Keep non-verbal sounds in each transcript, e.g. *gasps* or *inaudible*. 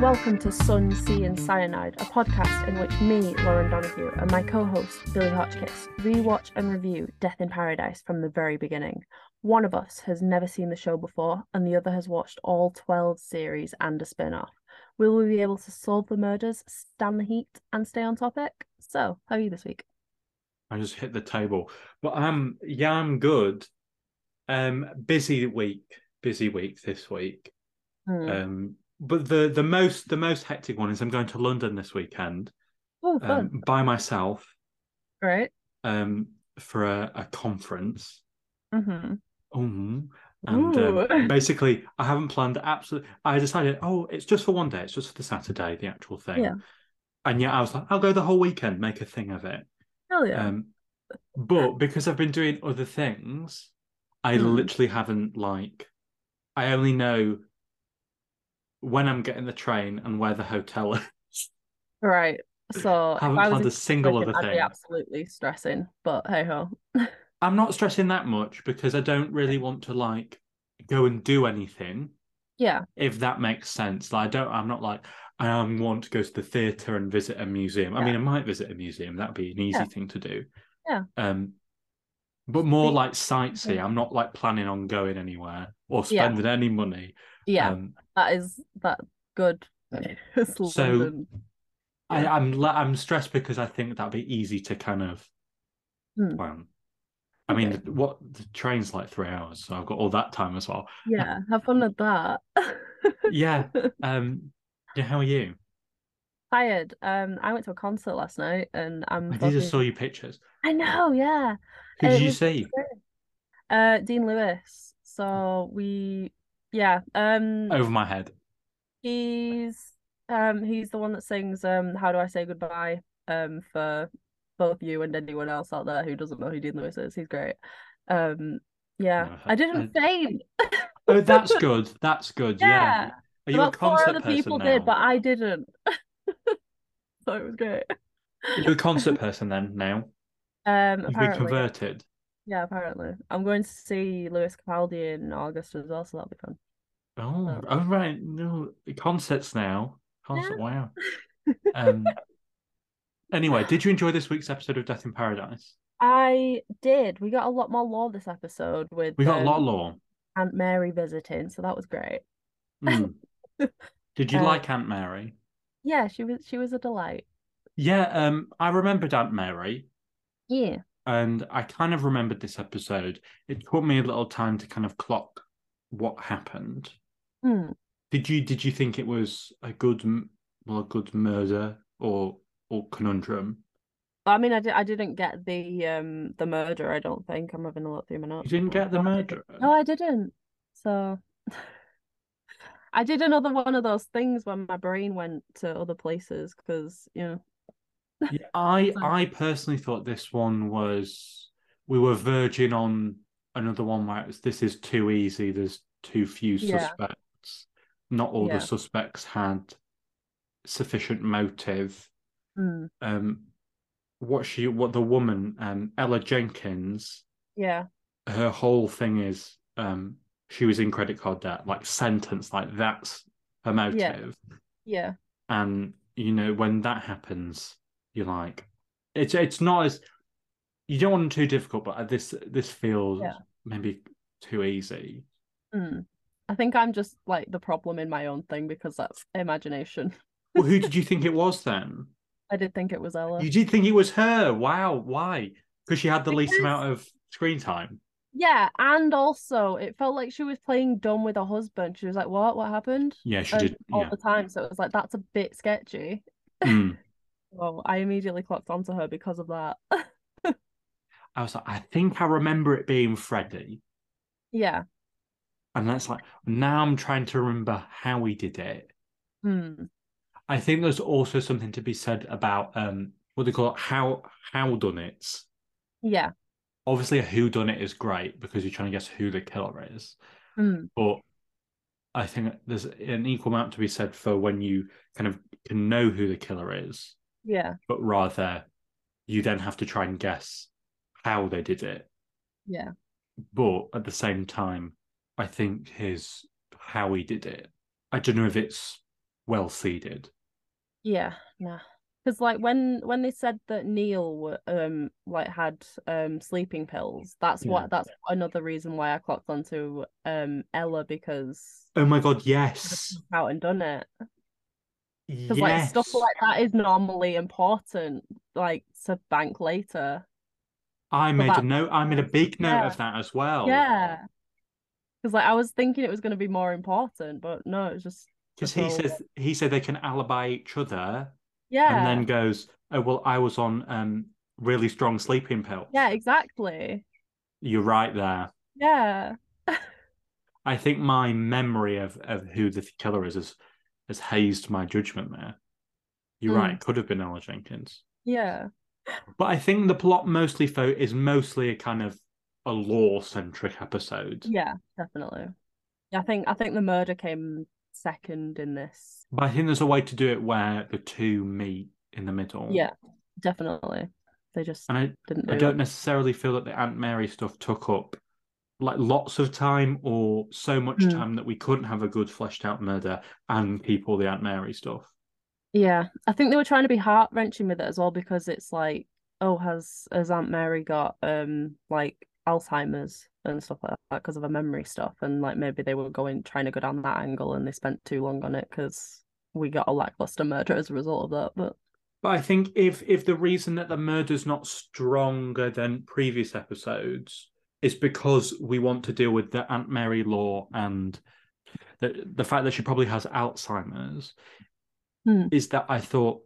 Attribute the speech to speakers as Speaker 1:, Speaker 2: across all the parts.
Speaker 1: welcome to Sun, Sea and Cyanide, a podcast in which me, Lauren Donoghue, and my co-host, Billy Hotchkiss, rewatch and review Death in Paradise from the very beginning. One of us has never seen the show before, and the other has watched all 12 series and a spin-off. Will we be able to solve the murders, stand the heat, and stay on topic? So, how are you this week?
Speaker 2: I just hit the table. But um yeah, I'm good. Um busy week, busy week this week.
Speaker 1: Hmm.
Speaker 2: Um but the the most the most hectic one is I'm going to London this weekend
Speaker 1: oh, fun.
Speaker 2: um, by myself
Speaker 1: right?
Speaker 2: um for a, a conference.
Speaker 1: Mm-hmm.
Speaker 2: Mhm. And
Speaker 1: Ooh. *laughs*
Speaker 2: um, basically I haven't planned absolutely I decided, oh, it's just for one day, it's just for the Saturday, the actual thing.
Speaker 1: Yeah.
Speaker 2: And yet I was like, I'll go the whole weekend, make a thing of it.
Speaker 1: Hell yeah.
Speaker 2: Um, but because I've been doing other things, I
Speaker 1: Hmm.
Speaker 2: literally haven't like. I only know when I'm getting the train and where the hotel *laughs* is.
Speaker 1: right. So,
Speaker 2: I
Speaker 1: if
Speaker 2: haven't
Speaker 1: I was
Speaker 2: planned
Speaker 1: in
Speaker 2: a single
Speaker 1: London,
Speaker 2: other
Speaker 1: I'd be
Speaker 2: thing.
Speaker 1: absolutely stressing, but hey ho.
Speaker 2: I'm not stressing that much because I don't really want to like go and do anything.
Speaker 1: Yeah.
Speaker 2: if that makes sense. Like, I don't. I'm not like I um, want to go to the theater and visit a museum. I
Speaker 1: Yeah.
Speaker 2: mean, I might visit a museum. That'd be an easy
Speaker 1: Yeah.
Speaker 2: thing to do.
Speaker 1: Yeah.
Speaker 2: Um, but more
Speaker 1: Speak-
Speaker 2: like sightsee. I'm not like planning on going anywhere or
Speaker 1: Yeah.
Speaker 2: spending any money.
Speaker 1: Yeah.
Speaker 2: Um,
Speaker 1: That is that good. *laughs* It's
Speaker 2: So-
Speaker 1: London.
Speaker 2: I,
Speaker 1: Yeah.
Speaker 2: I'm la- I'm stressed because I think that'd be easy to kind of
Speaker 1: Hmm.
Speaker 2: plan. I mean, the- what the train's like three hours, so I've got all that time
Speaker 1: *laughs*
Speaker 2: as well. *laughs*
Speaker 1: Yeah, have fun with that. *laughs*
Speaker 2: Yeah. Um. Yeah. How are you?
Speaker 1: Tired. Um, I went to a concert last night and I'm
Speaker 2: I just
Speaker 1: buzzing.
Speaker 2: saw your pictures.
Speaker 1: I know, yeah.
Speaker 2: Who
Speaker 1: It
Speaker 2: did you
Speaker 1: was *laughs*
Speaker 2: see?
Speaker 1: uh Dean Lewis. So we yeah, um
Speaker 2: Over my head.
Speaker 1: he's um he's the one that sings um How Do I Say Goodbye um for both you and anyone else out there who doesn't know who Dean Lewis is. He's great. Um yeah.
Speaker 2: Never
Speaker 1: I
Speaker 2: heard-
Speaker 1: didn't faint.
Speaker 2: Oh, that's good. That's good. Yeah.
Speaker 1: Yeah.
Speaker 2: Are you a
Speaker 1: About four
Speaker 2: concert
Speaker 1: other
Speaker 2: person
Speaker 1: people
Speaker 2: now?
Speaker 1: did, but I didn't. *laughs* So it was great.
Speaker 2: Are you a concert person then now?
Speaker 1: Um,
Speaker 2: You've been
Speaker 1: apparently,
Speaker 2: converted.
Speaker 1: yeah, apparently. I'm going to see Lewis Capaldi in August as well, so that'll be fun.
Speaker 2: Oh,
Speaker 1: Oh.
Speaker 2: oh right. No concerts now.
Speaker 1: Yeah.
Speaker 2: Concert.
Speaker 1: *laughs*
Speaker 2: Wow. Um. Anyway, did you enjoy this week's episode of Death in Paradise?
Speaker 1: I did. We got a lot more lore this episode with
Speaker 2: We got a lot of
Speaker 1: um,
Speaker 2: lore.
Speaker 1: Aunt Mary visiting, so that was great.
Speaker 2: Mm. Did
Speaker 1: *laughs*
Speaker 2: you
Speaker 1: Uh,
Speaker 2: like Aunt Mary?
Speaker 1: Yeah, she was she was a delight.
Speaker 2: Yeah, um, I remembered Aunt Mary,
Speaker 1: Yeah.
Speaker 2: and I kind of remembered this episode. It took me a little time to kind of clock what happened.
Speaker 1: Hmm.
Speaker 2: Did you did you think it was a good, m- well, a good murder or or conundrum?
Speaker 1: I mean, I di I didn't get the um the murder, I don't think. I'm having a look through my notes.
Speaker 2: You didn't get the
Speaker 1: No, I
Speaker 2: murderer.
Speaker 1: didn't. No, I didn't. So *laughs* I did another one of those things when my brain went to other places because, you know,
Speaker 2: Yeah, I
Speaker 1: So-
Speaker 2: I personally thought this one was we were verging on another one where it's this is too easy. There's too few
Speaker 1: Yeah.
Speaker 2: suspects. Not all
Speaker 1: Yeah.
Speaker 2: the suspects had sufficient motive.
Speaker 1: Hmm.
Speaker 2: Um, what she what the woman um Ella Jenkins
Speaker 1: yeah.
Speaker 2: her whole thing is um she was in credit card debt like sentence like that's her motive
Speaker 1: Yeah.
Speaker 2: and you know when that happens you're like it's it's not as you don't want them too difficult but this this feels
Speaker 1: Yeah.
Speaker 2: maybe too easy
Speaker 1: Mm. I think I'm just like the problem in my own thing because that's imagination. *laughs*
Speaker 2: well who did you think it was then
Speaker 1: I did think it was Ella.
Speaker 2: you did think it was her wow why because she had the least
Speaker 1: Because-
Speaker 2: amount of screen time
Speaker 1: Yeah, and also it felt like she was playing dumb with her husband. She was like, "What? What happened?"
Speaker 2: yeah she
Speaker 1: And
Speaker 2: did
Speaker 1: all
Speaker 2: yeah
Speaker 1: the time. So it was like that's a bit sketchy.
Speaker 2: Mm.
Speaker 1: Well, I immediately clocked onto her because of that. *laughs*
Speaker 2: i was like i think i remember it being freddie
Speaker 1: Yeah.
Speaker 2: And that's like now I'm trying to remember how we did it.
Speaker 1: Mm.
Speaker 2: I think there's also something to be said about um what they call it, how how done it.
Speaker 1: Yeah.
Speaker 2: Obviously a who done it is great because you're trying to guess who the killer is.
Speaker 1: Mm.
Speaker 2: But I think there's an equal amount to be said for when you kind of can know who the killer is,
Speaker 1: Yeah.
Speaker 2: but rather you then have to try and guess how they did it.
Speaker 1: Yeah.
Speaker 2: but at the same time, I think his how he did it. I don't know if it's well seeded.
Speaker 1: Yeah, nah. Because like when when they said that Neil were, um like had um sleeping pills, that's
Speaker 2: Yeah.
Speaker 1: what that's another reason why I clocked onto um Ella because
Speaker 2: Oh my god, yes.
Speaker 1: out and done it
Speaker 2: Yes.
Speaker 1: because like stuff like that is normally important like to bank later.
Speaker 2: I made a
Speaker 1: that-
Speaker 2: note I made a big note
Speaker 1: Yeah.
Speaker 2: of that as well.
Speaker 1: Yeah. Because like I was thinking it was going to be more important, but no, it's just
Speaker 2: Because he
Speaker 1: So-
Speaker 2: says he said they can alibi each other
Speaker 1: yeah.
Speaker 2: and then goes, Oh well I was on um really strong sleeping pills.
Speaker 1: Yeah, exactly.
Speaker 2: You're right there.
Speaker 1: Yeah.
Speaker 2: I think my memory of, of who the killer is has has hazed my judgment there. You're
Speaker 1: Hmm.
Speaker 2: right, it could have been Ella Jenkins.
Speaker 1: Yeah.
Speaker 2: But I think the plot mostly fo- is mostly a kind of a law centric episode.
Speaker 1: Yeah, definitely. I think I think the murder came second in this.
Speaker 2: But I think there's a way to do it where the two meet in the middle.
Speaker 1: Yeah, definitely. They just
Speaker 2: And I,
Speaker 1: didn't do
Speaker 2: Oh. Um, I
Speaker 1: it.
Speaker 2: don't necessarily feel that the Aunt Mary stuff took up like lots of time or so much
Speaker 1: Hmm.
Speaker 2: time that we couldn't have a good fleshed out murder and keep all the Aunt Mary stuff.
Speaker 1: Yeah. I think they were trying to be heart wrenching with it as well because it's like, oh, has has Aunt Mary got um like Alzheimer's and stuff like that because of her memory stuff and like maybe they were going trying to go down that angle and they spent too long on it because we got a lackluster murder as a result of that. But
Speaker 2: But I think if if the reason that the murder's not stronger than previous episodes is because we want to deal with the Aunt Mary law and the the fact that she probably has Alzheimer's,
Speaker 1: Hmm.
Speaker 2: is that I thought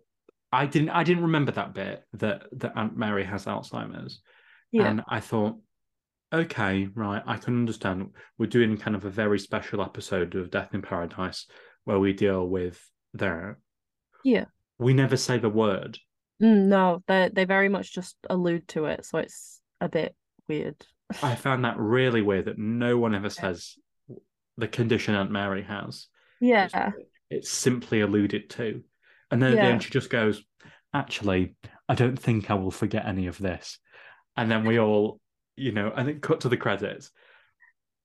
Speaker 2: I didn't I didn't remember that bit that that Aunt Mary has Alzheimer's,
Speaker 1: yeah,
Speaker 2: and I thought, okay, right, I can understand. We're doing kind of a very special episode of Death in Paradise where we deal with that.
Speaker 1: Yeah.
Speaker 2: we never say the word.
Speaker 1: Mm, no, they they very much just allude to it, so it's a bit weird.
Speaker 2: I found that really weird that no one ever says the condition Aunt Mary has. It's-
Speaker 1: Yeah.
Speaker 2: It's simply alluded to. And then at the
Speaker 1: Yeah.
Speaker 2: end, she just goes, Actually, I don't think I will forget any of this. And then we all, you know, and it cut to the credits.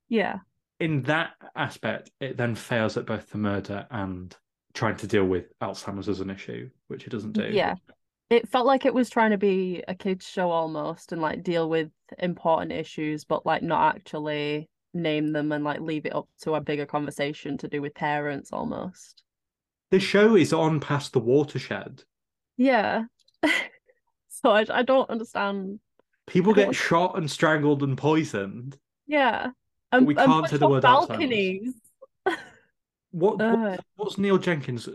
Speaker 1: Yeah.
Speaker 2: In that aspect, it then fails at both the murder and trying to deal with Alzheimer's as an issue, which it doesn't do.
Speaker 1: Yeah. It felt like it was trying to be a kids show almost and like deal with important issues but like not actually name them and like leave it up to a bigger conversation to do with parents almost.
Speaker 2: The show is on past the watershed.
Speaker 1: Yeah. *laughs* So I I don't understand.
Speaker 2: People
Speaker 1: Cool.
Speaker 2: get shot and strangled and poisoned.
Speaker 1: Yeah. Um,
Speaker 2: But
Speaker 1: And
Speaker 2: we
Speaker 1: and
Speaker 2: can't
Speaker 1: put
Speaker 2: say the
Speaker 1: on
Speaker 2: word Alzheimer's.
Speaker 1: balconies. Uh,
Speaker 2: What, what-
Speaker 1: Ugh.
Speaker 2: what's Neil Jenkins'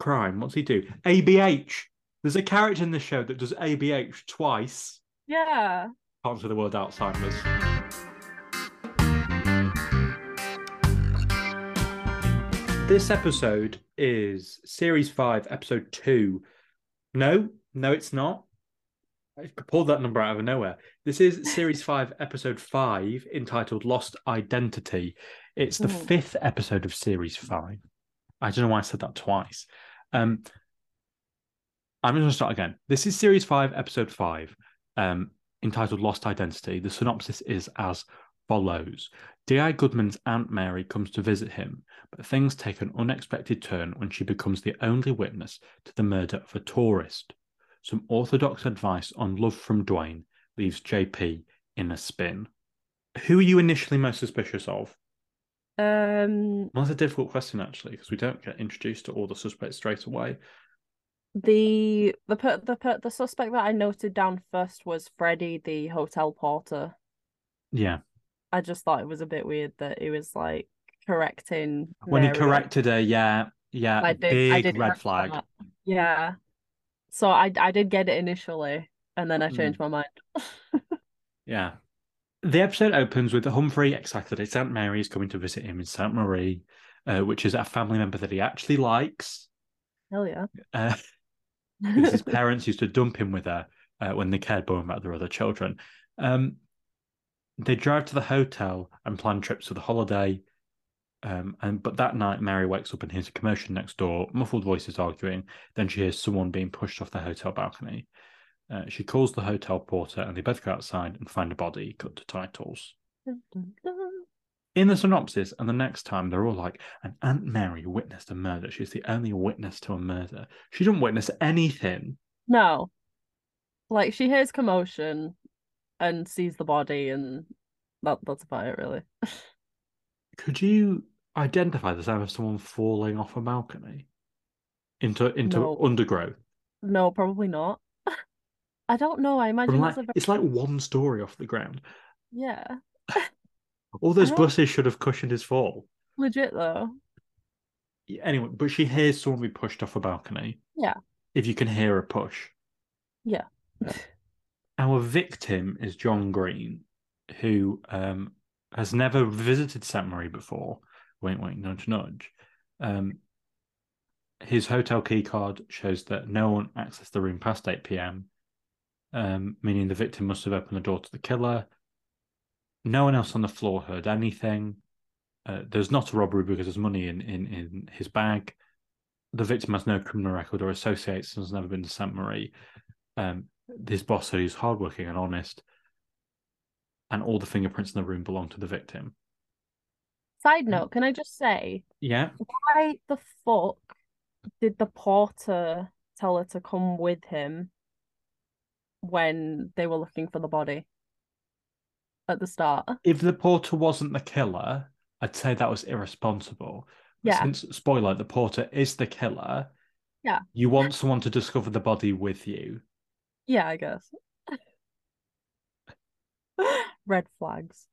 Speaker 2: crime? What's he do? ABH. There's a character in the show that does ABH twice.
Speaker 1: Yeah.
Speaker 2: Can't say the word Alzheimer's. This episode is series five, episode two. No, no, it's not. I could pull that number out of nowhere. This is series *laughs* five, episode five, entitled Lost Identity. It's the
Speaker 1: Mhm.
Speaker 2: fifth episode of series five. I don't know why I said that twice. Um, I'm going to start again. This is series five, episode five, um, entitled Lost Identity. The synopsis is as follows D.I. Goodman's Aunt Mary comes to visit him, but things take an unexpected turn when she becomes the only witness to the murder of a tourist. Some orthodox advice on love from Dwayne leaves JP in a spin. Who are you initially most suspicious of?
Speaker 1: Um
Speaker 2: Well, that's a difficult question, actually, because we don't get introduced to all the suspects straight away.
Speaker 1: The the per, the per, the suspect that I noted down first was Freddie, the hotel porter.
Speaker 2: Yeah.
Speaker 1: I just thought it was a bit weird that he was like correcting
Speaker 2: When he
Speaker 1: Mary, like,
Speaker 2: corrected her, yeah, yeah,
Speaker 1: I did, I
Speaker 2: big
Speaker 1: did
Speaker 2: red
Speaker 1: catch
Speaker 2: flag.
Speaker 1: that. Yeah. So I I did get it initially, and then I
Speaker 2: Mm.
Speaker 1: changed my mind. *laughs*
Speaker 2: Yeah. The episode opens with Humphrey excited that his Aunt Mary is coming to visit him in St. Marie, uh, which is a family member that he actually likes.
Speaker 1: Hell yeah.
Speaker 2: *laughs* Uh,
Speaker 1: *laughs*
Speaker 2: because his parents used to dump him with her uh, when they cared more about their other children. Um, they drive to the hotel and plan trips for the holiday. Um, and but that night, Mary wakes up and hears a commotion next door, muffled voices arguing. Then she hears someone being pushed off the hotel balcony. Uh, she calls the hotel porter, and they both go outside and find a body. Cut to titles. In the synopsis, and the next time, they're all like, and Aunt Mary witnessed a murder. She's the only witness to a murder. She didn't witness anything.
Speaker 1: *laughs* No. Like she hears commotion and sees the body and that that's about it really.
Speaker 2: Could you identify the sound of someone falling off a balcony into into
Speaker 1: No.
Speaker 2: undergrowth?
Speaker 1: No, probably not. *laughs* I don't know. I
Speaker 2: From
Speaker 1: imagine
Speaker 2: like-
Speaker 1: that's a very
Speaker 2: It's like one story off the ground.
Speaker 1: yeah.
Speaker 2: All those
Speaker 1: don't-
Speaker 2: buses should have cushioned his fall.
Speaker 1: Legit though.
Speaker 2: Yeah, Anyway, but she hears someone be pushed off a balcony.
Speaker 1: Yeah.
Speaker 2: If you can hear a push.
Speaker 1: Yeah.
Speaker 2: Our victim is John Green, who um, has never visited St. Marie before. Wink, wink, nudge, nudge. Um, his hotel key card shows that no one accessed the room past 8 p.m., um, meaning the victim must have opened the door to the killer. No one else on the floor heard anything. Uh, there's not a robbery because there's money in, in, in his bag. The victim has no criminal record or associates and has never been to St. Marie. Um, this boss said he's hardworking and honest, and all the fingerprints in the room belong to the victim.
Speaker 1: Side
Speaker 2: Mm.
Speaker 1: note, can I just say,
Speaker 2: Yeah,
Speaker 1: why the fuck did the porter tell her to come with him when they were looking for the body at the start?
Speaker 2: if the porter wasn't the killer, I'd say that was irresponsible. But
Speaker 1: Yeah.
Speaker 2: Since spoiler, the porter is the killer.
Speaker 1: Yeah.
Speaker 2: You want someone to discover the body with you.
Speaker 1: Yeah, I guess. *laughs* Red flags.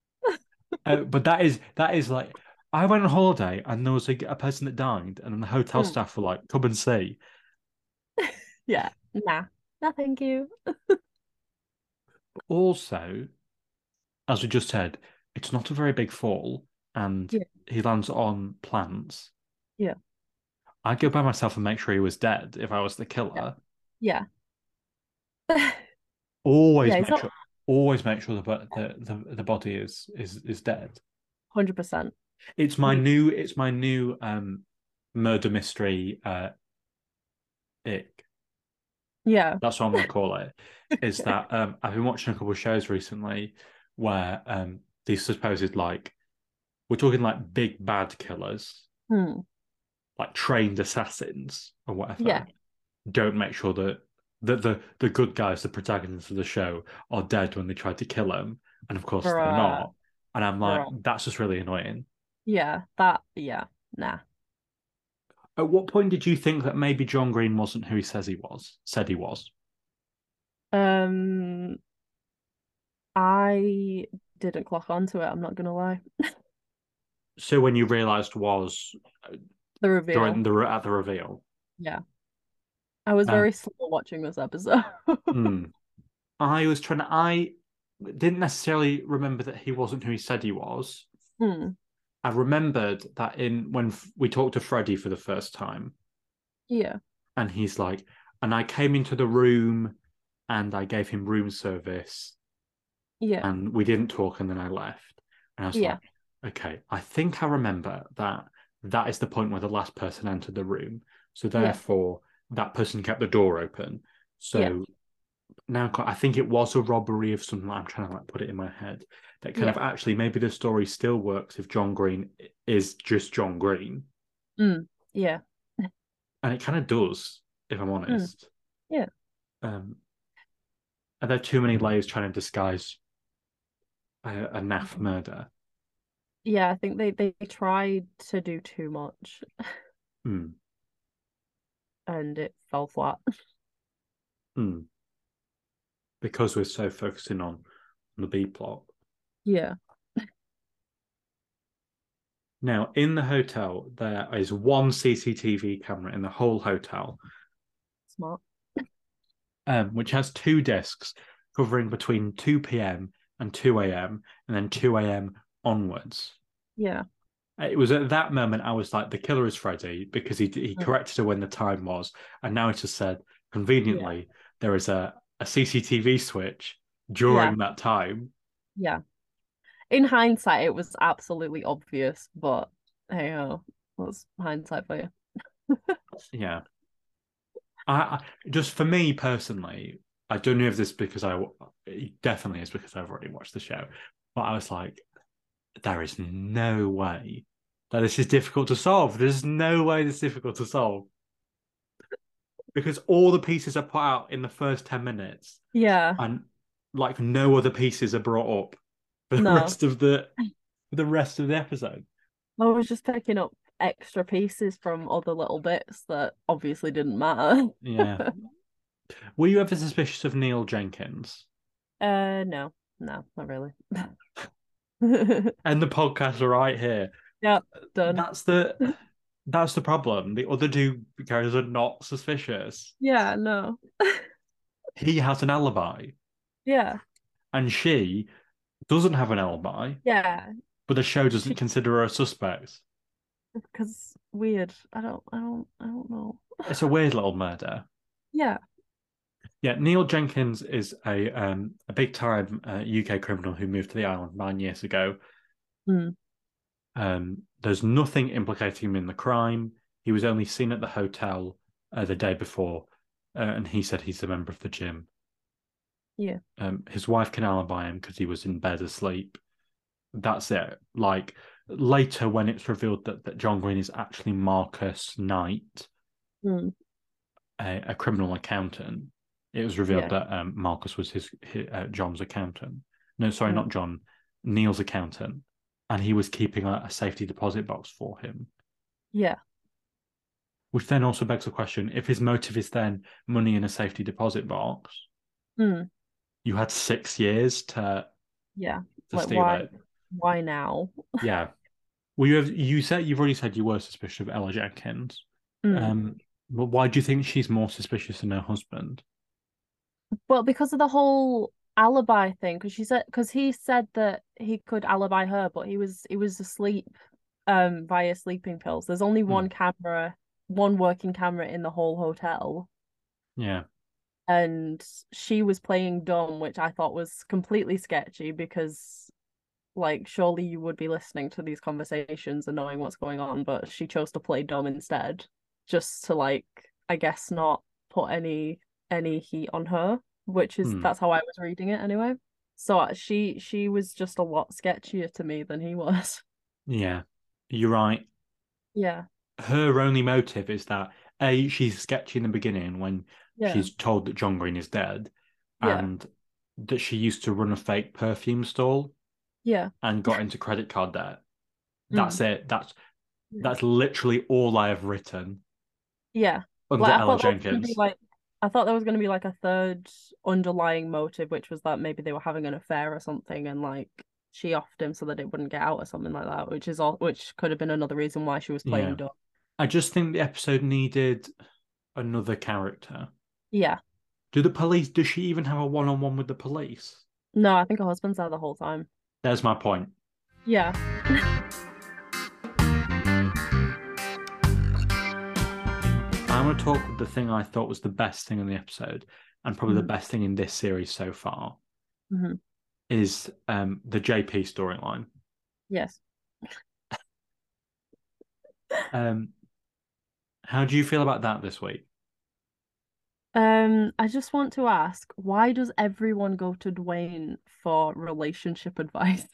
Speaker 2: Uh, but that is that is like I went on holiday and there was a, a person that died, and then the hotel
Speaker 1: Hmm.
Speaker 2: staff were like, "Come and see."
Speaker 1: Yeah. Nah. No, thank you.
Speaker 2: Also, as we just said, it's not a very big fall, and
Speaker 1: Yeah.
Speaker 2: he lands on plants.
Speaker 1: Yeah.
Speaker 2: I'd go by myself and make sure he was dead if I was the killer.
Speaker 1: Yeah. *laughs*
Speaker 2: Always
Speaker 1: Yeah,
Speaker 2: make
Speaker 1: it's not-
Speaker 2: sure. Always make sure the, bo- the the the body is is is dead.
Speaker 1: 100%.
Speaker 2: It's my
Speaker 1: Mm.
Speaker 2: new. It's my new um murder mystery uh ick.
Speaker 1: Yeah.
Speaker 2: That's what I'm gonna
Speaker 1: *laughs*
Speaker 2: call it. Is that um I've been watching a couple of shows recently where um these supposed like we're talking like big bad killers
Speaker 1: Hmm.
Speaker 2: like trained assassins or whatever
Speaker 1: Yeah.
Speaker 2: don't make sure that that the the good guys the protagonists of the show are dead when they try to kill them and of course they're
Speaker 1: Bruh.
Speaker 2: not and i'm like
Speaker 1: Bruh.
Speaker 2: that's just really annoying
Speaker 1: Yeah. That, yeah. Nah.
Speaker 2: at what point did you think that maybe john green wasn't who he says he was said he was
Speaker 1: Um, I didn't clock onto it, I'm not gonna lie.
Speaker 2: so when you realized was
Speaker 1: The reveal.
Speaker 2: during the re- at the reveal
Speaker 1: I was
Speaker 2: Um,
Speaker 1: very slow watching this episode.
Speaker 2: Hmm. i was trying to i didn't necessarily remember that he wasn't who he said he was
Speaker 1: *laughs* Hmm.
Speaker 2: i remembered that in when f- we talked to freddie for the first time
Speaker 1: Yeah.
Speaker 2: and he's like, and I came into the room and I gave him room service
Speaker 1: Yeah.
Speaker 2: and we didn't talk and then I left. And I was
Speaker 1: Yeah.
Speaker 2: like, okay, I think I remember that that is the point where the last person entered the room. So
Speaker 1: Yeah.
Speaker 2: therefore, that person kept the door open. So
Speaker 1: Yeah.
Speaker 2: now I think it was a robbery of something. I'm trying to like put it in my head that kind of actually maybe the story still works if John Green is just John Green.
Speaker 1: Yeah.
Speaker 2: and it kind of does if i'm honest
Speaker 1: Yeah.
Speaker 2: um are there too many layers trying to disguise a, a naff murder
Speaker 1: Yeah. I think they they tried to do too much
Speaker 2: Hmm.
Speaker 1: *laughs* and it fell flat. *laughs*
Speaker 2: Hmm. because we're so focusing on, on the b plot
Speaker 1: Yeah.
Speaker 2: now in the hotel there is one cctv camera in the whole hotel
Speaker 1: Smart.
Speaker 2: um, which has two discs covering between 2 p.m and 2 a.m and then 2 a.m onwards
Speaker 1: Yeah.
Speaker 2: It was at that moment I was like, the killer is Freddy because he he
Speaker 1: Mm.
Speaker 2: corrected her when the time was, and now it's just said conveniently there is a, a CCTV switch during that time.
Speaker 1: Yeah. In hindsight, it was absolutely obvious, but hey ho, that's hindsight for you.
Speaker 2: Yeah, I, I just for me personally, I don't know if this is because I it definitely is because I've already watched the show, but I was like, there is no way that this is difficult to solve. There's no way this is difficult to solve. Because all the pieces are put out in the first 10 minutes
Speaker 1: Yeah.
Speaker 2: and like no other pieces are brought up for the
Speaker 1: No.
Speaker 2: rest of the for the rest of the episode.
Speaker 1: I was just picking up extra pieces from other little bits that obviously didn't matter. *laughs*
Speaker 2: Yeah. Were you ever suspicious of Neil Jenkins?
Speaker 1: Uh no, no, not
Speaker 2: *laughs*
Speaker 1: really. *laughs*
Speaker 2: And the podcast are right here.
Speaker 1: Done.
Speaker 2: That's the that's the problem. The other two characters are not suspicious.
Speaker 1: Yeah, no.
Speaker 2: He has an alibi
Speaker 1: Yeah.
Speaker 2: and she doesn't have an alibi,
Speaker 1: Yeah.
Speaker 2: but the show doesn't consider her a suspect.
Speaker 1: Cause weird. I don't I don't I don't know.
Speaker 2: It's a weird little murder.
Speaker 1: Yeah.
Speaker 2: Yeah, Neil Jenkins is a um, a big time uh, UK criminal who moved to the island nine years ago.
Speaker 1: Hmm.
Speaker 2: Um, there's nothing implicating him in the crime. He was only seen at the hotel uh, the day before, uh, and he said he's a member of the gym.
Speaker 1: Yeah.
Speaker 2: Um, his wife can alibi him because he was in bed asleep. That's it. Like later, when it's revealed that, that John Green is actually Marcus Knight,
Speaker 1: Hmm.
Speaker 2: a, a criminal accountant. It was revealed
Speaker 1: Yeah.
Speaker 2: that um, Marcus was his, hi- uh, John's accountant. No, sorry,
Speaker 1: Mm.
Speaker 2: not John, Neil's accountant, and he was keeping a, a safety deposit box for him.
Speaker 1: Yeah.
Speaker 2: Which then also begs the question: if his motive is then money in a safety deposit box,
Speaker 1: Hmm.
Speaker 2: you had six years to
Speaker 1: Yeah.
Speaker 2: to
Speaker 1: Like,
Speaker 2: steal
Speaker 1: why?
Speaker 2: it.
Speaker 1: Why now?
Speaker 2: Yeah. Well, you have you said you've already said you were suspicious of Ella Jenkins.
Speaker 1: Hmm.
Speaker 2: Um, but why do you think she's more suspicious than her husband?
Speaker 1: Well, because of the whole alibi thing, because she said, because he said that he could alibi her, but he was he was asleep, um, via sleeping pills. There's only
Speaker 2: Hmm.
Speaker 1: one camera, one working camera in the whole hotel,
Speaker 2: Yeah.
Speaker 1: and she was playing dumb, which I thought was completely sketchy because, like, surely you would be listening to these conversations and knowing what's going on, but she chose to play dumb instead, just to like, I guess, not put any any heat on her, which is
Speaker 2: Hmm.
Speaker 1: that's how I was reading it anyway. So uh, she she was just a lot sketchier to me than he was. *laughs*
Speaker 2: Yeah. You're right.
Speaker 1: Yeah,
Speaker 2: her only motive is that a she's sketchy in the beginning when
Speaker 1: yeah,
Speaker 2: she's told that John Green is dead,
Speaker 1: Yeah.
Speaker 2: and that she used to run a fake perfume stall
Speaker 1: yeah,
Speaker 2: and got into credit card debt.
Speaker 1: Mm.
Speaker 2: That's it. That's
Speaker 1: Yeah.
Speaker 2: that's literally all I have written
Speaker 1: yeah.
Speaker 2: under
Speaker 1: Like, I
Speaker 2: Ella
Speaker 1: thought that was gonna be
Speaker 2: Jenkins.
Speaker 1: like I thought there was going to be like a third underlying motive, which was that maybe they were having an affair or something, and like she offed him so that it wouldn't get out or something like that, which is all which could have been another reason why she was playing
Speaker 2: Yeah.
Speaker 1: dumb.
Speaker 2: I just think the episode needed another character.
Speaker 1: Yeah.
Speaker 2: Do the police? Does she even have a one-on-one with the police?
Speaker 1: No, I think her husband's there the whole time.
Speaker 2: There's my point.
Speaker 1: Yeah.
Speaker 2: I'm going to talk the thing I thought was the best thing in the episode, and probably
Speaker 1: Mhm.
Speaker 2: the best thing in this series so far,
Speaker 1: Mhm.
Speaker 2: is um, the JP storyline.
Speaker 1: Yes.
Speaker 2: Um, how do you feel about that this week?
Speaker 1: Um, I just want to ask, why does everyone go to Dwayne for relationship *laughs* advice?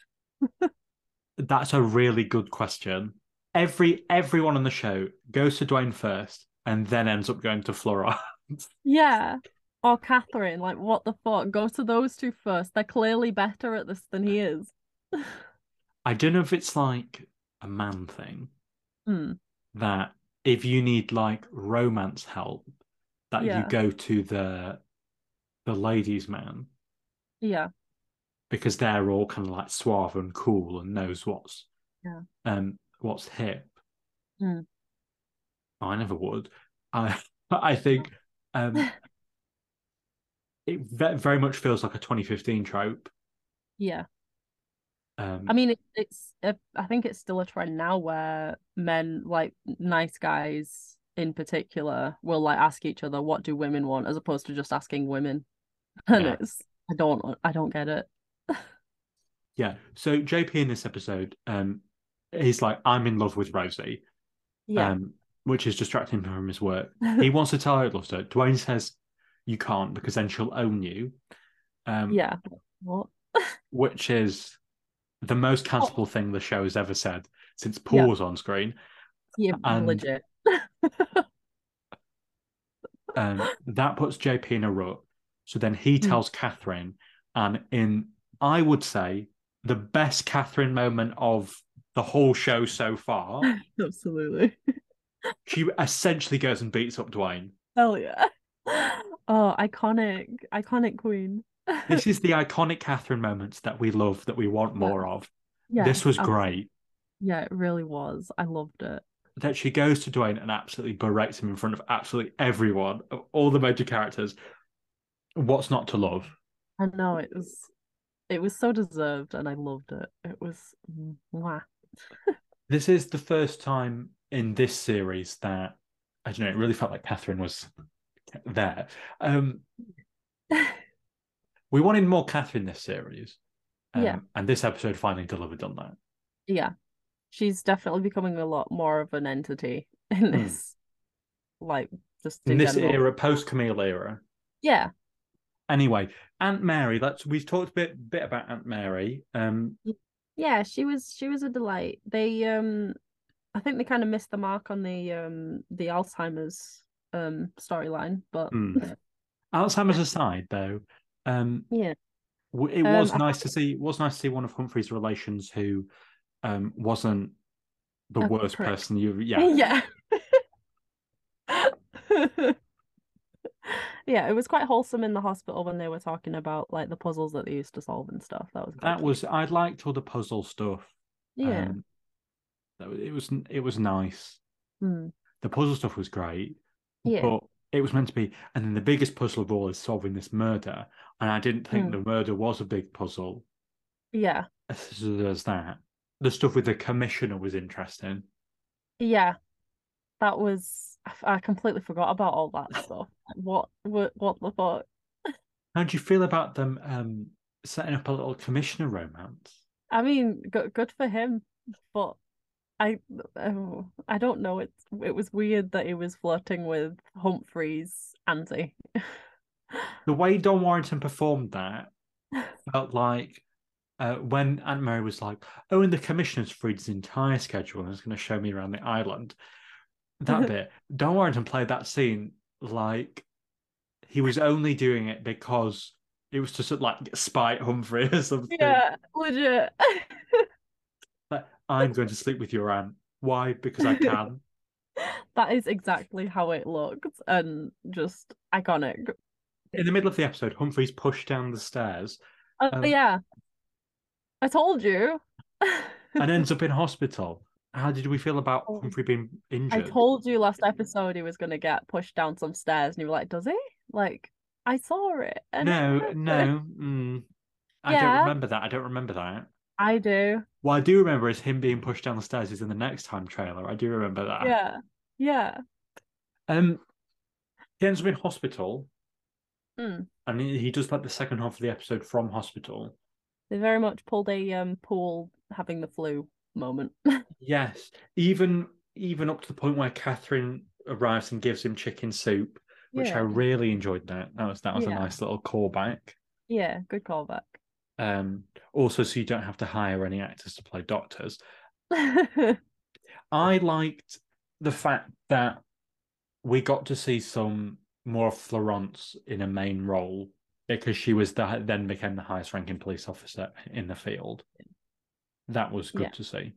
Speaker 2: That's a really good question. Every everyone on the show goes to Dwayne first, and then ends up going to Flora. *laughs*
Speaker 1: Yeah. Or Catherine, like what the fuck? Go to those two first. They're clearly better at this than he is. *laughs*
Speaker 2: I don't know if it's like a man thing
Speaker 1: Hmm.
Speaker 2: that if you need like romance help, that
Speaker 1: Yeah.
Speaker 2: you go to the the ladies' man.
Speaker 1: Yeah.
Speaker 2: because they're all kind of like suave and cool and knows what's
Speaker 1: Yeah.
Speaker 2: um what's hip.
Speaker 1: Mm.
Speaker 2: I never would. I *laughs* I think um it ve- very much feels like a 2015 trope.
Speaker 1: Yeah.
Speaker 2: Um,
Speaker 1: I mean, it, it's a, I think it's still a trend now where men, like nice guys in particular, will like ask each other, "What do women want?" as opposed to just asking women. *laughs* And
Speaker 2: Yeah.
Speaker 1: it's I don't I don't get it.
Speaker 2: yeah. So JP in this episode, um, he's like, I'm in love with Rosie,
Speaker 1: Yeah,
Speaker 2: um, which is distracting him from his work.
Speaker 1: *laughs*
Speaker 2: He wants to tell her he loves her. Dwayne says, "You can't because then she'll own you." Um,
Speaker 1: yeah. What?
Speaker 2: which is the
Speaker 1: Oh.
Speaker 2: most cancelable thing the show has ever said since Paul's on screen.
Speaker 1: Yeah,
Speaker 2: And-
Speaker 1: legit. *laughs*
Speaker 2: Um, that puts JP in a rut. So then he
Speaker 1: Hmm.
Speaker 2: tells Catherine, and in I would say the best Catherine moment of the whole show so far,
Speaker 1: Absolutely.
Speaker 2: she essentially goes and beats up Dwayne.
Speaker 1: Hell yeah. *gasps* Oh, iconic, iconic queen.
Speaker 2: This is the iconic Catherine moments that we love, that we want more of.
Speaker 1: Yeah, um,
Speaker 2: this was
Speaker 1: ab-
Speaker 2: great.
Speaker 1: Yeah, it really was. I loved it.
Speaker 2: That she goes to Dwayne and absolutely berates him in front of absolutely everyone, of all the major characters. What's not to love?
Speaker 1: I know it was, it was so deserved, and I loved it. It was, wow. *laughs*
Speaker 2: This is the first time in this series that I don't know. It really felt like Catherine was there. Um, we wanted more Catherine this series, Um,
Speaker 1: Yeah.
Speaker 2: and this episode finally delivered on that.
Speaker 1: Yeah, she's definitely becoming a lot more of an entity *laughs* in
Speaker 2: Mm.
Speaker 1: this, like just
Speaker 2: In
Speaker 1: in
Speaker 2: this
Speaker 1: general.
Speaker 2: era, post Camille era,
Speaker 1: Yeah,
Speaker 2: anyway, Aunt Mary. That's we've talked a bit bit about Aunt Mary. Um,
Speaker 1: yeah, she was she was a delight. They um, I think they kind of missed the mark on the um the Alzheimer's um storyline, but
Speaker 2: Mm. Alzheimer's aside, though, um,
Speaker 1: *laughs* Yeah.
Speaker 2: w- it
Speaker 1: Um,
Speaker 2: was
Speaker 1: I-
Speaker 2: nice to see. It was nice to see one of Humphrey's relations who um, wasn't the
Speaker 1: A
Speaker 2: worst
Speaker 1: prick.
Speaker 2: person you. Yeah,
Speaker 1: yeah. *laughs* Yeah, it was quite wholesome in the hospital when they were talking about like the puzzles that they used to solve and stuff. That was
Speaker 2: that
Speaker 1: good.
Speaker 2: was. I liked all the puzzle stuff.
Speaker 1: Yeah.
Speaker 2: Um, that was, it was. It was nice.
Speaker 1: Mm.
Speaker 2: The puzzle stuff was great.
Speaker 1: Yeah.
Speaker 2: But it was meant to be, and then the biggest puzzle of all is solving this murder. And I didn't think
Speaker 1: Mm.
Speaker 2: the murder was a big puzzle.
Speaker 1: Yeah.
Speaker 2: So there's that. The stuff with the commissioner was interesting.
Speaker 1: Yeah. That was I f- I completely forgot about all that stuff. What what what the fuck?
Speaker 2: How do you feel about them um, setting up a little commissioner romance?
Speaker 1: I mean, good good for him, but I oh, I don't know. It's it was weird that he was flirting with Humphrey's auntie.
Speaker 2: The way Don Warrington performed that felt like uh, when Aunt Mary was like, "Oh, and the commissioner's freed his entire schedule and is going to show me around the island."
Speaker 1: *laughs*
Speaker 2: That bit, Don Warrington played that scene like he was only doing it because it was to sort of like spite Humphrey or something.
Speaker 1: Yeah, legit. *laughs*
Speaker 2: Like, I'm going to sleep with your aunt. Why? Because
Speaker 1: *laughs*
Speaker 2: I can.
Speaker 1: That is exactly how it looked, and just iconic.
Speaker 2: In the middle of the episode, Humphrey's pushed down the stairs
Speaker 1: Oh,
Speaker 2: Um,
Speaker 1: yeah. I told you. *laughs*
Speaker 2: and ends up in hospital. How did we feel about
Speaker 1: Oh.
Speaker 2: Humphrey being
Speaker 1: I
Speaker 2: injured?
Speaker 1: told you last episode he was going to get pushed down some stairs, and you were like, does he? Like, I saw it. and it *laughs*
Speaker 2: No,
Speaker 1: happened."
Speaker 2: no. Mm, I don't
Speaker 1: Yeah.
Speaker 2: remember that. I don't remember that.
Speaker 1: I do.
Speaker 2: What I do remember is him being pushed down the stairs is in the next time trailer. I do remember that.
Speaker 1: Yeah. Yeah.
Speaker 2: Um, he ends up in hospital,
Speaker 1: Mm.
Speaker 2: and he, he does like the second half of the episode from hospital.
Speaker 1: They very much pulled a um, Paul having the flu moment.
Speaker 2: Yes, even even up to the point where Catherine arrives and gives him chicken soup, *laughs* which I
Speaker 1: Yeah.
Speaker 2: really enjoyed. That that was that was a
Speaker 1: Yeah.
Speaker 2: nice little callback.
Speaker 1: Yeah. Good callback. *laughs*
Speaker 2: Um, also, so you don't have to hire any actors to play doctors. I liked the fact that we got to see some more of Florence in a main role because she was the then became the highest ranking police officer in the field. That was good
Speaker 1: Yeah.
Speaker 2: to see.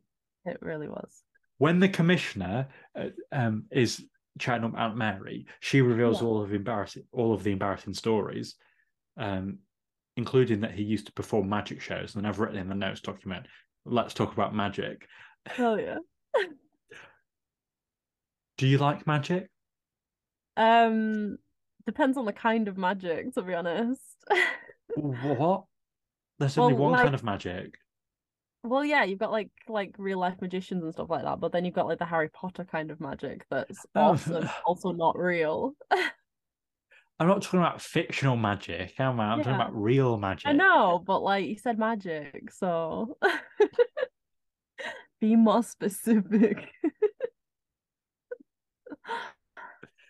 Speaker 1: It really was.
Speaker 2: When the commissioner uh, um, is chatting up Aunt Mary, she reveals
Speaker 1: Yeah.
Speaker 2: all of embarrassing all of the embarrassing stories, um, including that he used to perform magic shows. And I've written in the notes document, "Let's talk about magic."
Speaker 1: Hell yeah.
Speaker 2: Do you like magic?
Speaker 1: Um, depends on the kind of magic, to be honest. *laughs*
Speaker 2: What? There's only
Speaker 1: Well,
Speaker 2: one
Speaker 1: like-
Speaker 2: kind of magic.
Speaker 1: Well, yeah, you've got like like real life magicians and stuff like that, but then you've got like the Harry Potter kind of magic that's
Speaker 2: Oh.
Speaker 1: awesome,
Speaker 2: *laughs*
Speaker 1: but also not real.
Speaker 2: I'm not talking about fictional magic, am I? I'm talking
Speaker 1: Yeah.
Speaker 2: about real magic.
Speaker 1: I know, but like you said magic, so *laughs* be more specific. *laughs*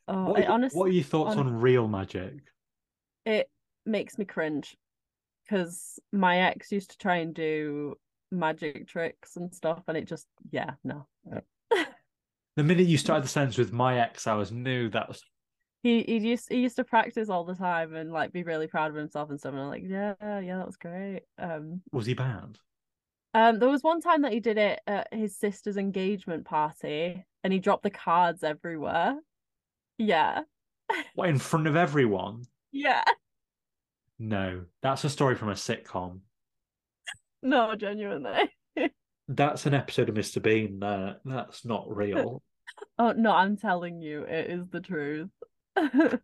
Speaker 1: Oh,
Speaker 2: What, are
Speaker 1: I
Speaker 2: your-
Speaker 1: honestly
Speaker 2: what are your thoughts
Speaker 1: hon-
Speaker 2: on real magic?
Speaker 1: it makes me cringe because my ex used to try and do magic tricks and stuff, and it just yeah, no.
Speaker 2: The minute you started the sentence with my ex, I was knew that was
Speaker 1: He he used he used to practice all the time and like be really proud of himself and stuff. And I'm like, yeah, yeah, that was great. Um,
Speaker 2: was he banned?
Speaker 1: Um, there was one time that he did it at his sister's engagement party, and he dropped the cards everywhere. Yeah,
Speaker 2: What in front of everyone?
Speaker 1: yeah. *laughs*
Speaker 2: No. That's a story from a sitcom.
Speaker 1: No, genuinely.
Speaker 2: That's an episode of Mr. Bean there. That's not real.
Speaker 1: Oh no, I'm telling you, it is the truth. *laughs*
Speaker 2: That's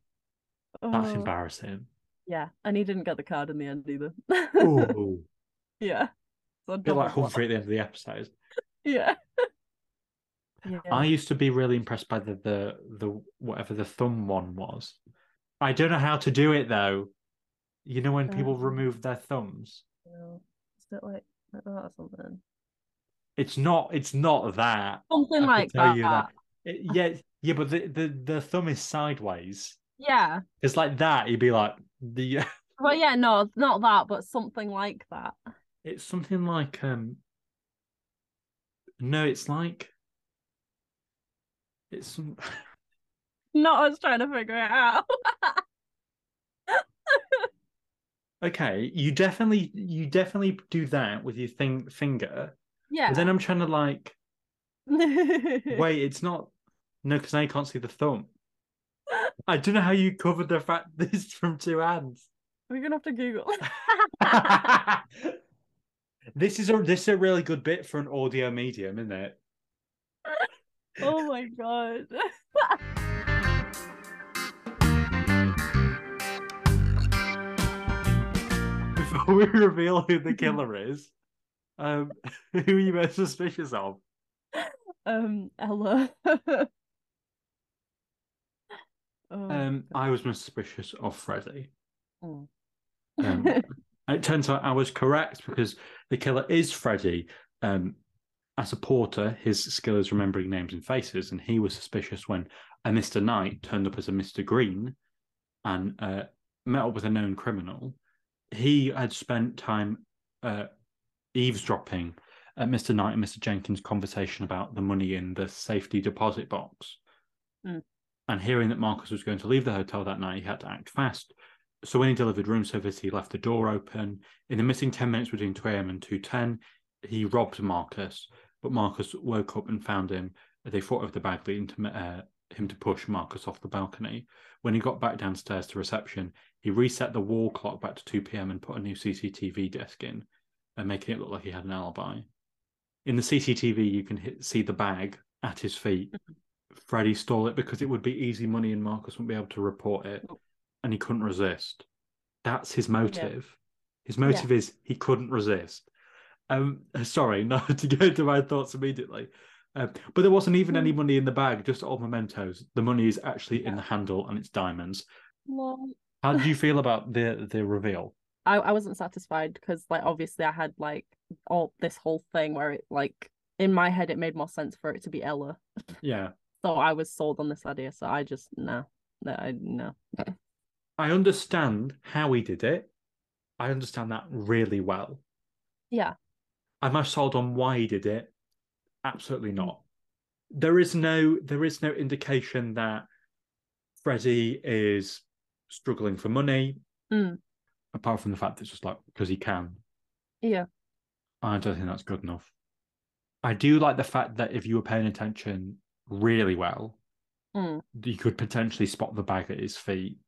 Speaker 1: Oh, *laughs*
Speaker 2: embarrassing.
Speaker 1: Yeah, and he didn't get the card in the end either.
Speaker 2: Ooh.
Speaker 1: *laughs* yeah, so
Speaker 2: bit like "Oh,
Speaker 1: double
Speaker 2: Humphrey at the end of the episode.
Speaker 1: blow.
Speaker 2: *laughs*
Speaker 1: Yeah. yeah.
Speaker 2: I used to be really impressed by the the the whatever the thumb one was. I don't know how to do it though. You know when people
Speaker 1: Um.
Speaker 2: remove their thumbs?
Speaker 1: know. Is it like like that or something?
Speaker 2: It's not it's not that. I
Speaker 1: Something
Speaker 2: can
Speaker 1: like
Speaker 2: tell you
Speaker 1: that. *laughs*
Speaker 2: that. It- yeah, yeah, but the, the the thumb is sideways.
Speaker 1: Yeah.
Speaker 2: It's like that. You'd be like the *laughs*
Speaker 1: Well, yeah, no, not that, but something like that.
Speaker 2: it's something like um no, it's like it's *laughs* some-
Speaker 1: Not us trying to figure it out.
Speaker 2: okay. You definitely you definitely do that with your thing finger.
Speaker 1: Yeah.
Speaker 2: But then I'm trying to like
Speaker 1: *laughs*
Speaker 2: Wait, it's not. No, because now you can't see the thumb. I don't know how you covered the fact this is from two hands. *laughs*
Speaker 1: We're gonna have to Google.
Speaker 2: this is a this is a really good bit for an audio medium, isn't it? *laughs*
Speaker 1: oh my god.
Speaker 2: Before we reveal who the killer is, um, *laughs* who are you most suspicious of?
Speaker 1: Um, Ella. *laughs* oh,
Speaker 2: Um, I was most suspicious of Freddie.
Speaker 1: mm.
Speaker 2: um, And it turns out I was correct because the killer is Freddy. Um, as a porter, his skill is remembering names and faces, and he was suspicious when a Mr. Knight turned up as a Mr. Green and uh, met up with a known criminal. He had spent time uh, eavesdropping at Mr. Knight and Mr. Jenkins' conversation about the money in the safety deposit box.
Speaker 1: Mm.
Speaker 2: And hearing that Marcus was going to leave the hotel that night, he had to act fast. So when he delivered room service, he left the door open. In the missing 10 minutes between 2 a.m. and 2.10, he robbed Marcus, but Marcus woke up and found him. They fought over the bag, leading to uh, him to push Marcus off the balcony. When he got back downstairs to reception, he reset the wall clock back to 2 p.m. and put a new CCTV desk in, and making it look like he had an alibi. In the CCTV, you can hit, see the bag at his feet. Freddie stole it because it would be easy money and Marcus wouldn't be able to report it and he couldn't resist. That's his motive. His motive is he couldn't resist. Um, *laughs* sorry, not to go to my thoughts immediately. Um, but there wasn't even any money in the bag, just old mementos. The money is actually in the handle and it's diamonds.
Speaker 1: Lol.
Speaker 2: How did you feel about the the reveal?
Speaker 1: I, I wasn't satisfied because like obviously I had like all this whole thing where it like in my head it made more sense for it to be Ella.
Speaker 2: Yeah,
Speaker 1: So I was sold on this idea. So I just nah. That I no.
Speaker 2: I understand how he did it. I understand that really well.
Speaker 1: Yeah.
Speaker 2: Am I sold on why he did it?
Speaker 1: Mm.
Speaker 2: Absolutely not. There is no there is no indication that Freddie is struggling for money,
Speaker 1: Mm.
Speaker 2: apart from the fact that it's just like because he can.
Speaker 1: Yeah.
Speaker 2: I don't think that's good enough. I do like the fact that if you were paying attention really well,
Speaker 1: Mm.
Speaker 2: you could potentially spot the bag at his feet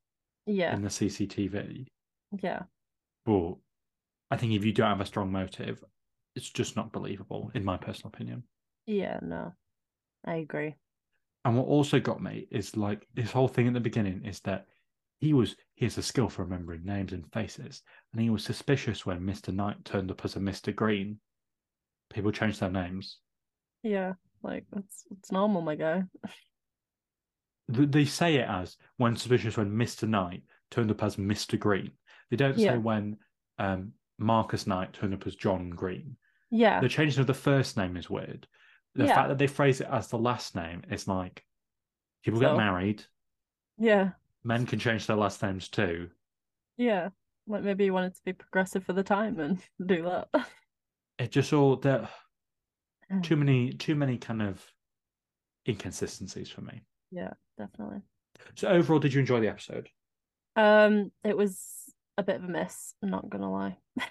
Speaker 1: Yeah.
Speaker 2: in the CCTV.
Speaker 1: Yeah.
Speaker 2: But I think if you don't have a strong motive, it's just not believable, in my personal opinion.
Speaker 1: Yeah. No. I agree.
Speaker 2: And what also got me is like this whole thing at the beginning is that he was he has a skill for remembering names and faces, and he was suspicious when Mr. Knight turned up as a Mr. Green. People change their names.
Speaker 1: Yeah. Like that's it's normal, my guy.
Speaker 2: Th- They say it as when suspicious when Mr. Knight turned up as Mr. Green. They don't
Speaker 1: Yeah.
Speaker 2: say when um, Marcus Knight turned up as John Green.
Speaker 1: Yeah.
Speaker 2: The changing of the first name is weird. The
Speaker 1: Yeah.
Speaker 2: fact that they phrase it as the last name is like people get
Speaker 1: So?
Speaker 2: married,
Speaker 1: Yeah.
Speaker 2: men can change their last names too.
Speaker 1: *laughs* Yeah. Like maybe you wanted to be progressive for the time and do that.
Speaker 2: it just all there
Speaker 1: Mm.
Speaker 2: too many too many kind of inconsistencies for me.
Speaker 1: *laughs* definitely.
Speaker 2: So overall, did you enjoy the episode?
Speaker 1: Um, it was a bit of a miss. I'm not gonna lie. *laughs* I,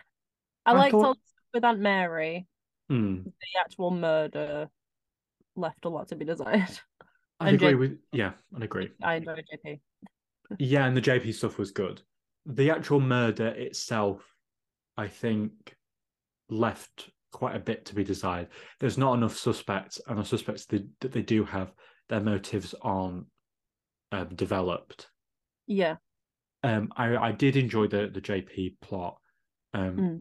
Speaker 2: I
Speaker 1: liked
Speaker 2: thought-
Speaker 1: all the stuff with Aunt Mary.
Speaker 2: Mm,
Speaker 1: The actual murder left a lot to be desired. *laughs*
Speaker 2: I
Speaker 1: And
Speaker 2: agree
Speaker 1: J-
Speaker 2: with yeah, I agree.
Speaker 1: I enjoyed JP.
Speaker 2: Yeah, and the JP stuff was good. The actual murder itself, I think, left quite a bit to be desired. There's not enough suspects, and the suspects they, that they do have, their motives aren't um, developed.
Speaker 1: Yeah,
Speaker 2: Um, I I did enjoy the the JP plot, um,
Speaker 1: Mm.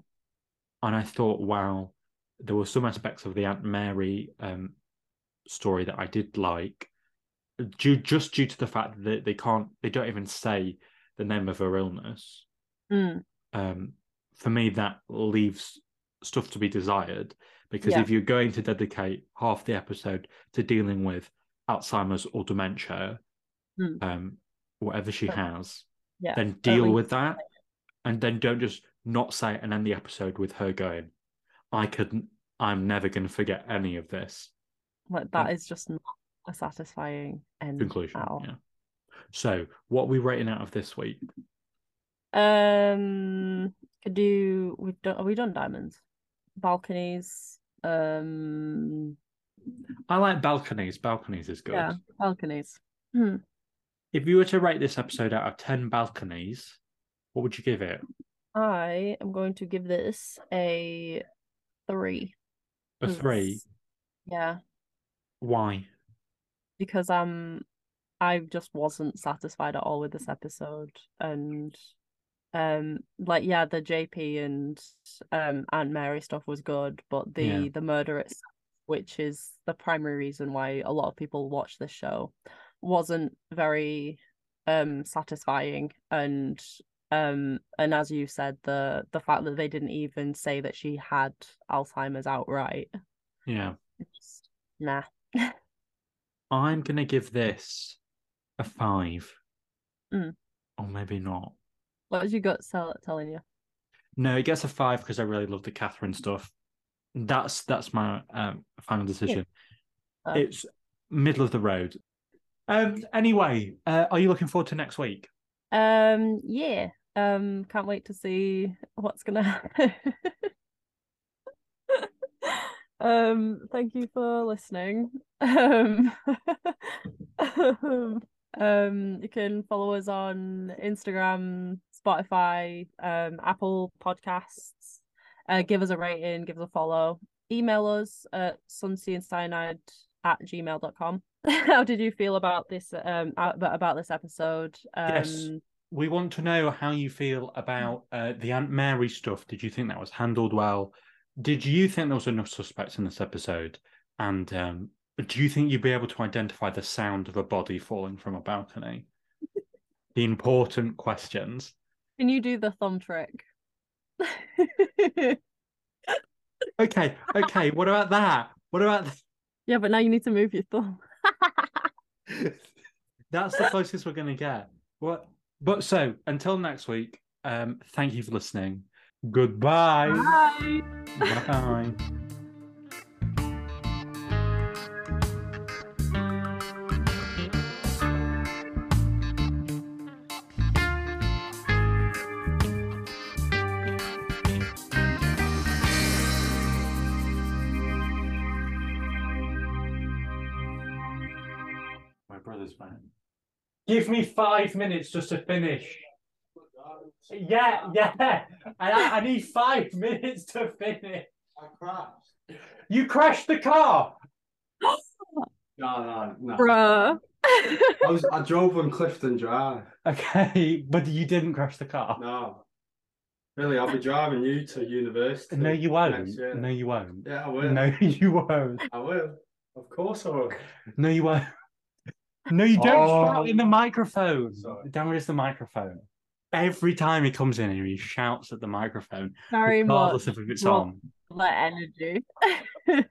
Speaker 2: and I thought, wow, there were some aspects of the Aunt Mary um story that I did like, due just due to the fact that they can't, they don't even say the name of her illness.
Speaker 1: Mm,
Speaker 2: Um, for me, that leaves stuff to be desired because
Speaker 1: Yeah.
Speaker 2: if you're going to dedicate half the episode to dealing with Alzheimer's or dementia,
Speaker 1: Mm.
Speaker 2: um, whatever she
Speaker 1: But-
Speaker 2: has
Speaker 1: yeah.
Speaker 2: then deal
Speaker 1: least
Speaker 2: with that and then don't just not say it and end the episode with her going i couldn't i'm never going to forget any of this
Speaker 1: Like that
Speaker 2: Yeah.
Speaker 1: is just not a satisfying end
Speaker 2: conclusion
Speaker 1: at all.
Speaker 2: yeah so what are we rating out of this week
Speaker 1: Um, could do we've done are we done diamonds? Balconies. Um,
Speaker 2: i like balconies balconies is good
Speaker 1: yeah, balconies.
Speaker 2: if you were to rate this episode out of 10 balconies what would you give it
Speaker 1: I am going to give this a three.
Speaker 2: a
Speaker 1: 'cause-
Speaker 2: three
Speaker 1: Yeah,
Speaker 2: why
Speaker 1: because um, I just wasn't satisfied at all with this episode, and um, like yeah, the JP and um Aunt Mary stuff was good, but the
Speaker 2: Yeah.
Speaker 1: the murder itself, which is the primary reason why a lot of people watch this show, wasn't very um satisfying and um and as you said the the fact that they didn't even say that she had alzheimer's outright
Speaker 2: yeah
Speaker 1: just, nah
Speaker 2: i'm going to give this a five
Speaker 1: Mm.
Speaker 2: or maybe not
Speaker 1: what was your gut sell telling you
Speaker 2: No, it gets a five because I really love the Catherine stuff. That's that's my um, final decision.
Speaker 1: Uh,
Speaker 2: It's middle of the road. Um. Anyway, uh, are you looking forward to next week?
Speaker 1: um yeah um can't wait to see what's gonna *laughs* happen um thank you for listening *laughs* um, um um, you can follow us on instagram spotify um apple podcasts uh give us a rating give us a follow email us at sunsea and cyanide at gmail.com *laughs* how did you feel about this um a- about this episode um
Speaker 2: Yes. We want to know how you feel about uh, the Aunt Mary stuff. Did you think that was handled well? Did you think there was enough suspects in this episode? And um, do you think you'd be able to identify the sound of a body falling from a balcony? the important questions.
Speaker 1: can you do the thumb trick
Speaker 2: Okay. Okay. what about that? What about
Speaker 1: yeah but now you need to move your thumb
Speaker 2: That's the closest we're going to get. What? But so until next week, um, thank you for listening. Goodbye.
Speaker 1: Bye.
Speaker 2: Bye. My brother's back. Give me five minutes just to finish. Yeah, yeah. I, I need five *laughs* minutes to finish.
Speaker 3: I crashed.
Speaker 2: You crashed the car. *laughs*
Speaker 3: No, no, no.
Speaker 1: Bruh. *laughs*
Speaker 3: I was I drove on Clifton Drive.
Speaker 2: Okay, but you didn't crash the car.
Speaker 3: No. Really, I'll be driving you to university.
Speaker 2: No, you won't.
Speaker 3: next year.
Speaker 2: No, you won't.
Speaker 3: Yeah, I will.
Speaker 2: No, *laughs* you won't.
Speaker 3: I will. Of course I will.
Speaker 2: No, you won't. No, you don't
Speaker 3: Oh.
Speaker 2: shout in the microphone.
Speaker 3: Sorry.
Speaker 2: Don't raise the microphone. Every time he comes in here, he shouts at the microphone,
Speaker 1: Very much.
Speaker 2: regardless of if it's
Speaker 1: Well,
Speaker 2: on.
Speaker 1: That energy.